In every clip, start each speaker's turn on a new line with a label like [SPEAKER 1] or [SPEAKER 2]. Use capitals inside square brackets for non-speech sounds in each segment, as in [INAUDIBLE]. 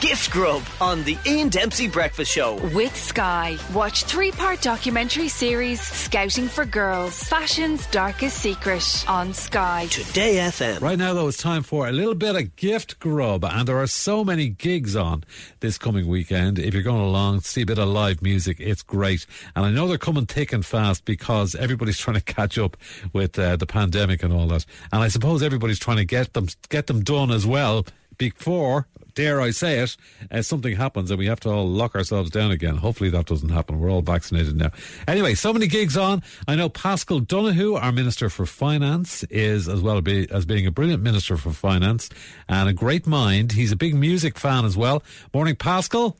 [SPEAKER 1] Gift Grub on the Ian Dempsey Breakfast Show.
[SPEAKER 2] With Sky, watch three part documentary series Scouting for Girls Fashion's Darkest Secret on Sky.
[SPEAKER 1] Today FM.
[SPEAKER 3] Right now, though, it's time for a little bit of gift grub, and there are so many gigs on this coming weekend. If you're going along, see a bit of live music, it's great. And I know they're coming thick and fast because everybody's [LAUGHS] trying to catch up with uh, the pandemic and all that. And I suppose everybody's trying to get them get them done as well before, dare I say it, uh, something happens and we have to all lock ourselves down again. Hopefully that doesn't happen. We're all vaccinated now. Anyway, so many gigs on. I know Pascal Donahue, our Minister for Finance, is as well be, as being a brilliant Minister for Finance and a great mind. He's a big music fan as well. Morning, Pascal.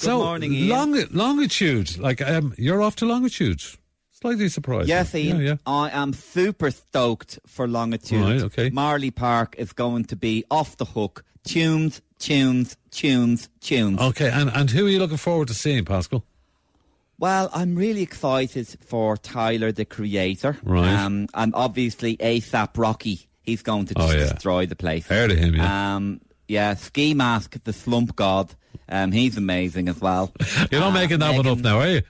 [SPEAKER 4] Good morning, Ian.
[SPEAKER 3] long, longitude, like um, you're off to longitude. Slightly surprised.
[SPEAKER 4] Yes, Ian.
[SPEAKER 3] Yeah, yeah.
[SPEAKER 4] I am super stoked for Longitude.
[SPEAKER 3] Right, okay.
[SPEAKER 4] Marley Park is going to be off the hook. Tunes, tunes, tunes, tunes.
[SPEAKER 3] Okay, and, and who are you looking forward to seeing, Pascal?
[SPEAKER 4] Well, I'm really excited for Tyler, the creator. Um,
[SPEAKER 3] Right.
[SPEAKER 4] and obviously ASAP Rocky. He's going to
[SPEAKER 3] Oh,
[SPEAKER 4] just
[SPEAKER 3] yeah.
[SPEAKER 4] destroy the place.
[SPEAKER 3] Heard of him, yeah.
[SPEAKER 4] Um, yeah, Ski Mask, the slump god. Um, he's amazing as well.
[SPEAKER 3] [LAUGHS] You're not
[SPEAKER 4] Uh,
[SPEAKER 3] making that one
[SPEAKER 4] Megan-
[SPEAKER 3] up now, are you?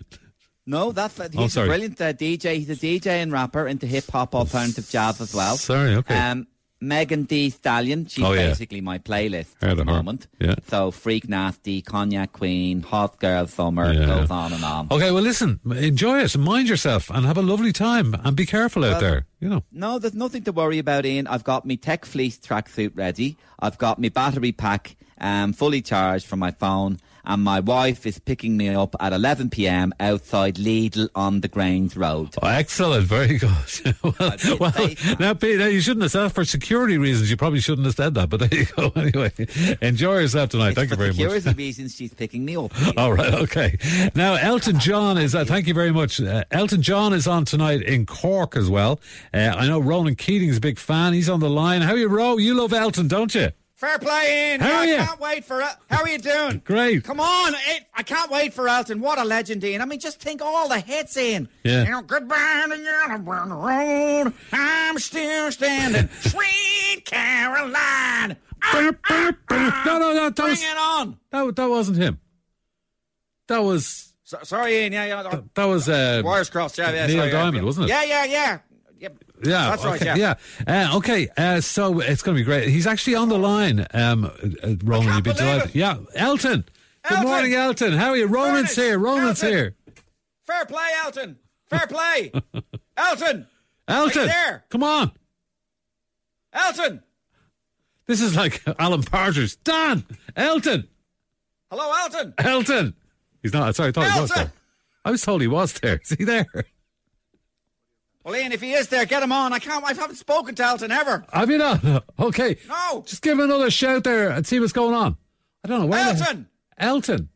[SPEAKER 4] No, that's uh,
[SPEAKER 3] Oh,
[SPEAKER 4] he's a
[SPEAKER 3] sorry.
[SPEAKER 4] brilliant uh, DJ. He's a DJ and rapper into hip hop, alternative jazz as well.
[SPEAKER 3] Sorry, okay.
[SPEAKER 4] Um, Megan D. Stallion, she's
[SPEAKER 3] Oh, yeah.
[SPEAKER 4] basically my playlist
[SPEAKER 3] Heard
[SPEAKER 4] at the
[SPEAKER 3] of her.
[SPEAKER 4] moment.
[SPEAKER 3] Yeah.
[SPEAKER 4] So Freak Nasty, Cognac Queen, Hot Girl Summer,
[SPEAKER 3] Yeah.
[SPEAKER 4] goes on and on.
[SPEAKER 3] Okay, well, listen, enjoy it, mind yourself, and have a lovely time, and be careful out there. You know,
[SPEAKER 4] No, there's nothing to worry about, Ian. I've got my Tech Fleece tracksuit ready. I've got my battery pack um, fully charged from my phone. And my wife is picking me up at 11 p.m. outside Lidl on the Grange Road.
[SPEAKER 3] Oh, excellent, very good. [LAUGHS] well,
[SPEAKER 4] did
[SPEAKER 3] well
[SPEAKER 4] say that.
[SPEAKER 3] now, Pete, now you shouldn't have said that for security reasons. You probably shouldn't have said that, but [LAUGHS] there you go. Anyway, enjoy yourself tonight. Thank
[SPEAKER 4] for
[SPEAKER 3] you very much.
[SPEAKER 4] security reasons, she's picking
[SPEAKER 3] [LAUGHS]
[SPEAKER 4] me up. Ian.
[SPEAKER 3] All right, okay. Now, Elton John is. Uh, thank you very much. Uh, Elton John is on tonight in Cork as well. Uh, I know Ronan Keating's a big fan. He's on the line. How are you, Ro? You love Elton, don't you?
[SPEAKER 5] Fair play, Ian.
[SPEAKER 3] How
[SPEAKER 5] Yeah,
[SPEAKER 3] are
[SPEAKER 5] I
[SPEAKER 3] you?
[SPEAKER 5] can't wait for it. How are you doing?
[SPEAKER 3] Great.
[SPEAKER 5] Come on. It, I can't wait for Elton. What a legend, Ian. I mean, just think all the hits, Ian.
[SPEAKER 3] Yeah.
[SPEAKER 5] You know, goodbye to yellow brown road. I'm still
[SPEAKER 3] [LAUGHS]
[SPEAKER 5] standing. Sweet Caroline.
[SPEAKER 3] no, no, no. That
[SPEAKER 5] Bring
[SPEAKER 3] was,
[SPEAKER 5] it on.
[SPEAKER 3] that, that wasn't him. That was
[SPEAKER 5] So, sorry, Ian. Yeah, yeah. uh,
[SPEAKER 3] That was uh,
[SPEAKER 5] Wires crossed. Yeah, yeah.
[SPEAKER 3] Neil
[SPEAKER 5] sorry, yeah,
[SPEAKER 3] Diamond,
[SPEAKER 5] yeah.
[SPEAKER 3] wasn't it?
[SPEAKER 5] Yeah, yeah, yeah. Yep.
[SPEAKER 3] Yeah,
[SPEAKER 5] That's right,
[SPEAKER 3] okay,
[SPEAKER 5] yeah.
[SPEAKER 3] yeah. Uh, okay, uh, so it's going to be great. He's actually on the line, um, uh, uh, Ronan. You'd be
[SPEAKER 5] believe
[SPEAKER 3] delighted.
[SPEAKER 5] it.
[SPEAKER 3] Yeah, Elton. Good
[SPEAKER 5] Elton.
[SPEAKER 3] morning, Elton. How are you? Ronan's
[SPEAKER 5] Morning,
[SPEAKER 3] here. Ronan's
[SPEAKER 5] Elton.
[SPEAKER 3] here.
[SPEAKER 5] Fair play, Elton. Fair
[SPEAKER 3] [LAUGHS]
[SPEAKER 5] play. Elton.
[SPEAKER 3] Elton,
[SPEAKER 5] there.
[SPEAKER 3] come on.
[SPEAKER 5] Elton.
[SPEAKER 3] This is like [LAUGHS] Alan Partridge. Dan, Elton,
[SPEAKER 5] Hello, Elton.
[SPEAKER 3] Elton. He's not. Sorry, I thought he was
[SPEAKER 5] Elton.
[SPEAKER 3] there. I was told he was there. [LAUGHS] Is he there?
[SPEAKER 5] Well, Ian, if he is there, get him on. I can't. I haven't spoken to Elton ever.
[SPEAKER 3] Have you not? [LAUGHS] Okay.
[SPEAKER 5] No.
[SPEAKER 3] Just give him another shout there and see what's going on. I don't know. Where the-
[SPEAKER 5] Elton.
[SPEAKER 3] Elton.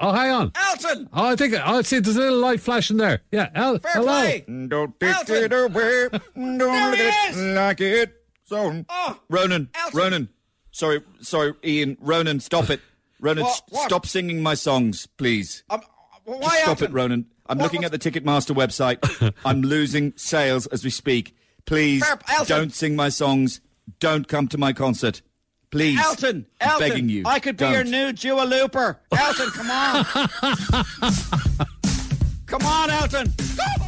[SPEAKER 3] Oh, hang on.
[SPEAKER 5] Elton.
[SPEAKER 3] Oh, I think I see. There's a little light flashing there. Yeah. El-
[SPEAKER 5] Fair
[SPEAKER 3] hello.
[SPEAKER 5] play.
[SPEAKER 6] Don't take
[SPEAKER 5] Elton.
[SPEAKER 6] it away. Don't let
[SPEAKER 5] he
[SPEAKER 6] it
[SPEAKER 5] is.
[SPEAKER 6] like it. So,
[SPEAKER 5] Oh,
[SPEAKER 6] Ronan,
[SPEAKER 5] Elton.
[SPEAKER 6] Ronan, sorry, sorry, Ian, Ronan, stop it. Ronan,
[SPEAKER 5] What-
[SPEAKER 6] s-
[SPEAKER 5] what?
[SPEAKER 6] stop singing my songs, please.
[SPEAKER 5] Um, why
[SPEAKER 6] Just stop
[SPEAKER 5] Elton?
[SPEAKER 6] it, Ronan. I'm
[SPEAKER 5] What-
[SPEAKER 6] looking at the Ticketmaster
[SPEAKER 5] [LAUGHS]
[SPEAKER 6] website. I'm losing sales as we speak. Please,
[SPEAKER 5] Fair- Elton.
[SPEAKER 6] don't sing my songs. Don't come to my concert. Please.
[SPEAKER 5] Elton,
[SPEAKER 6] I'm
[SPEAKER 5] Elton,
[SPEAKER 6] begging you.
[SPEAKER 5] I could be
[SPEAKER 6] don't.
[SPEAKER 5] your new Dua
[SPEAKER 6] [LAUGHS]
[SPEAKER 5] Looper. Elton, come on. come on, Elton.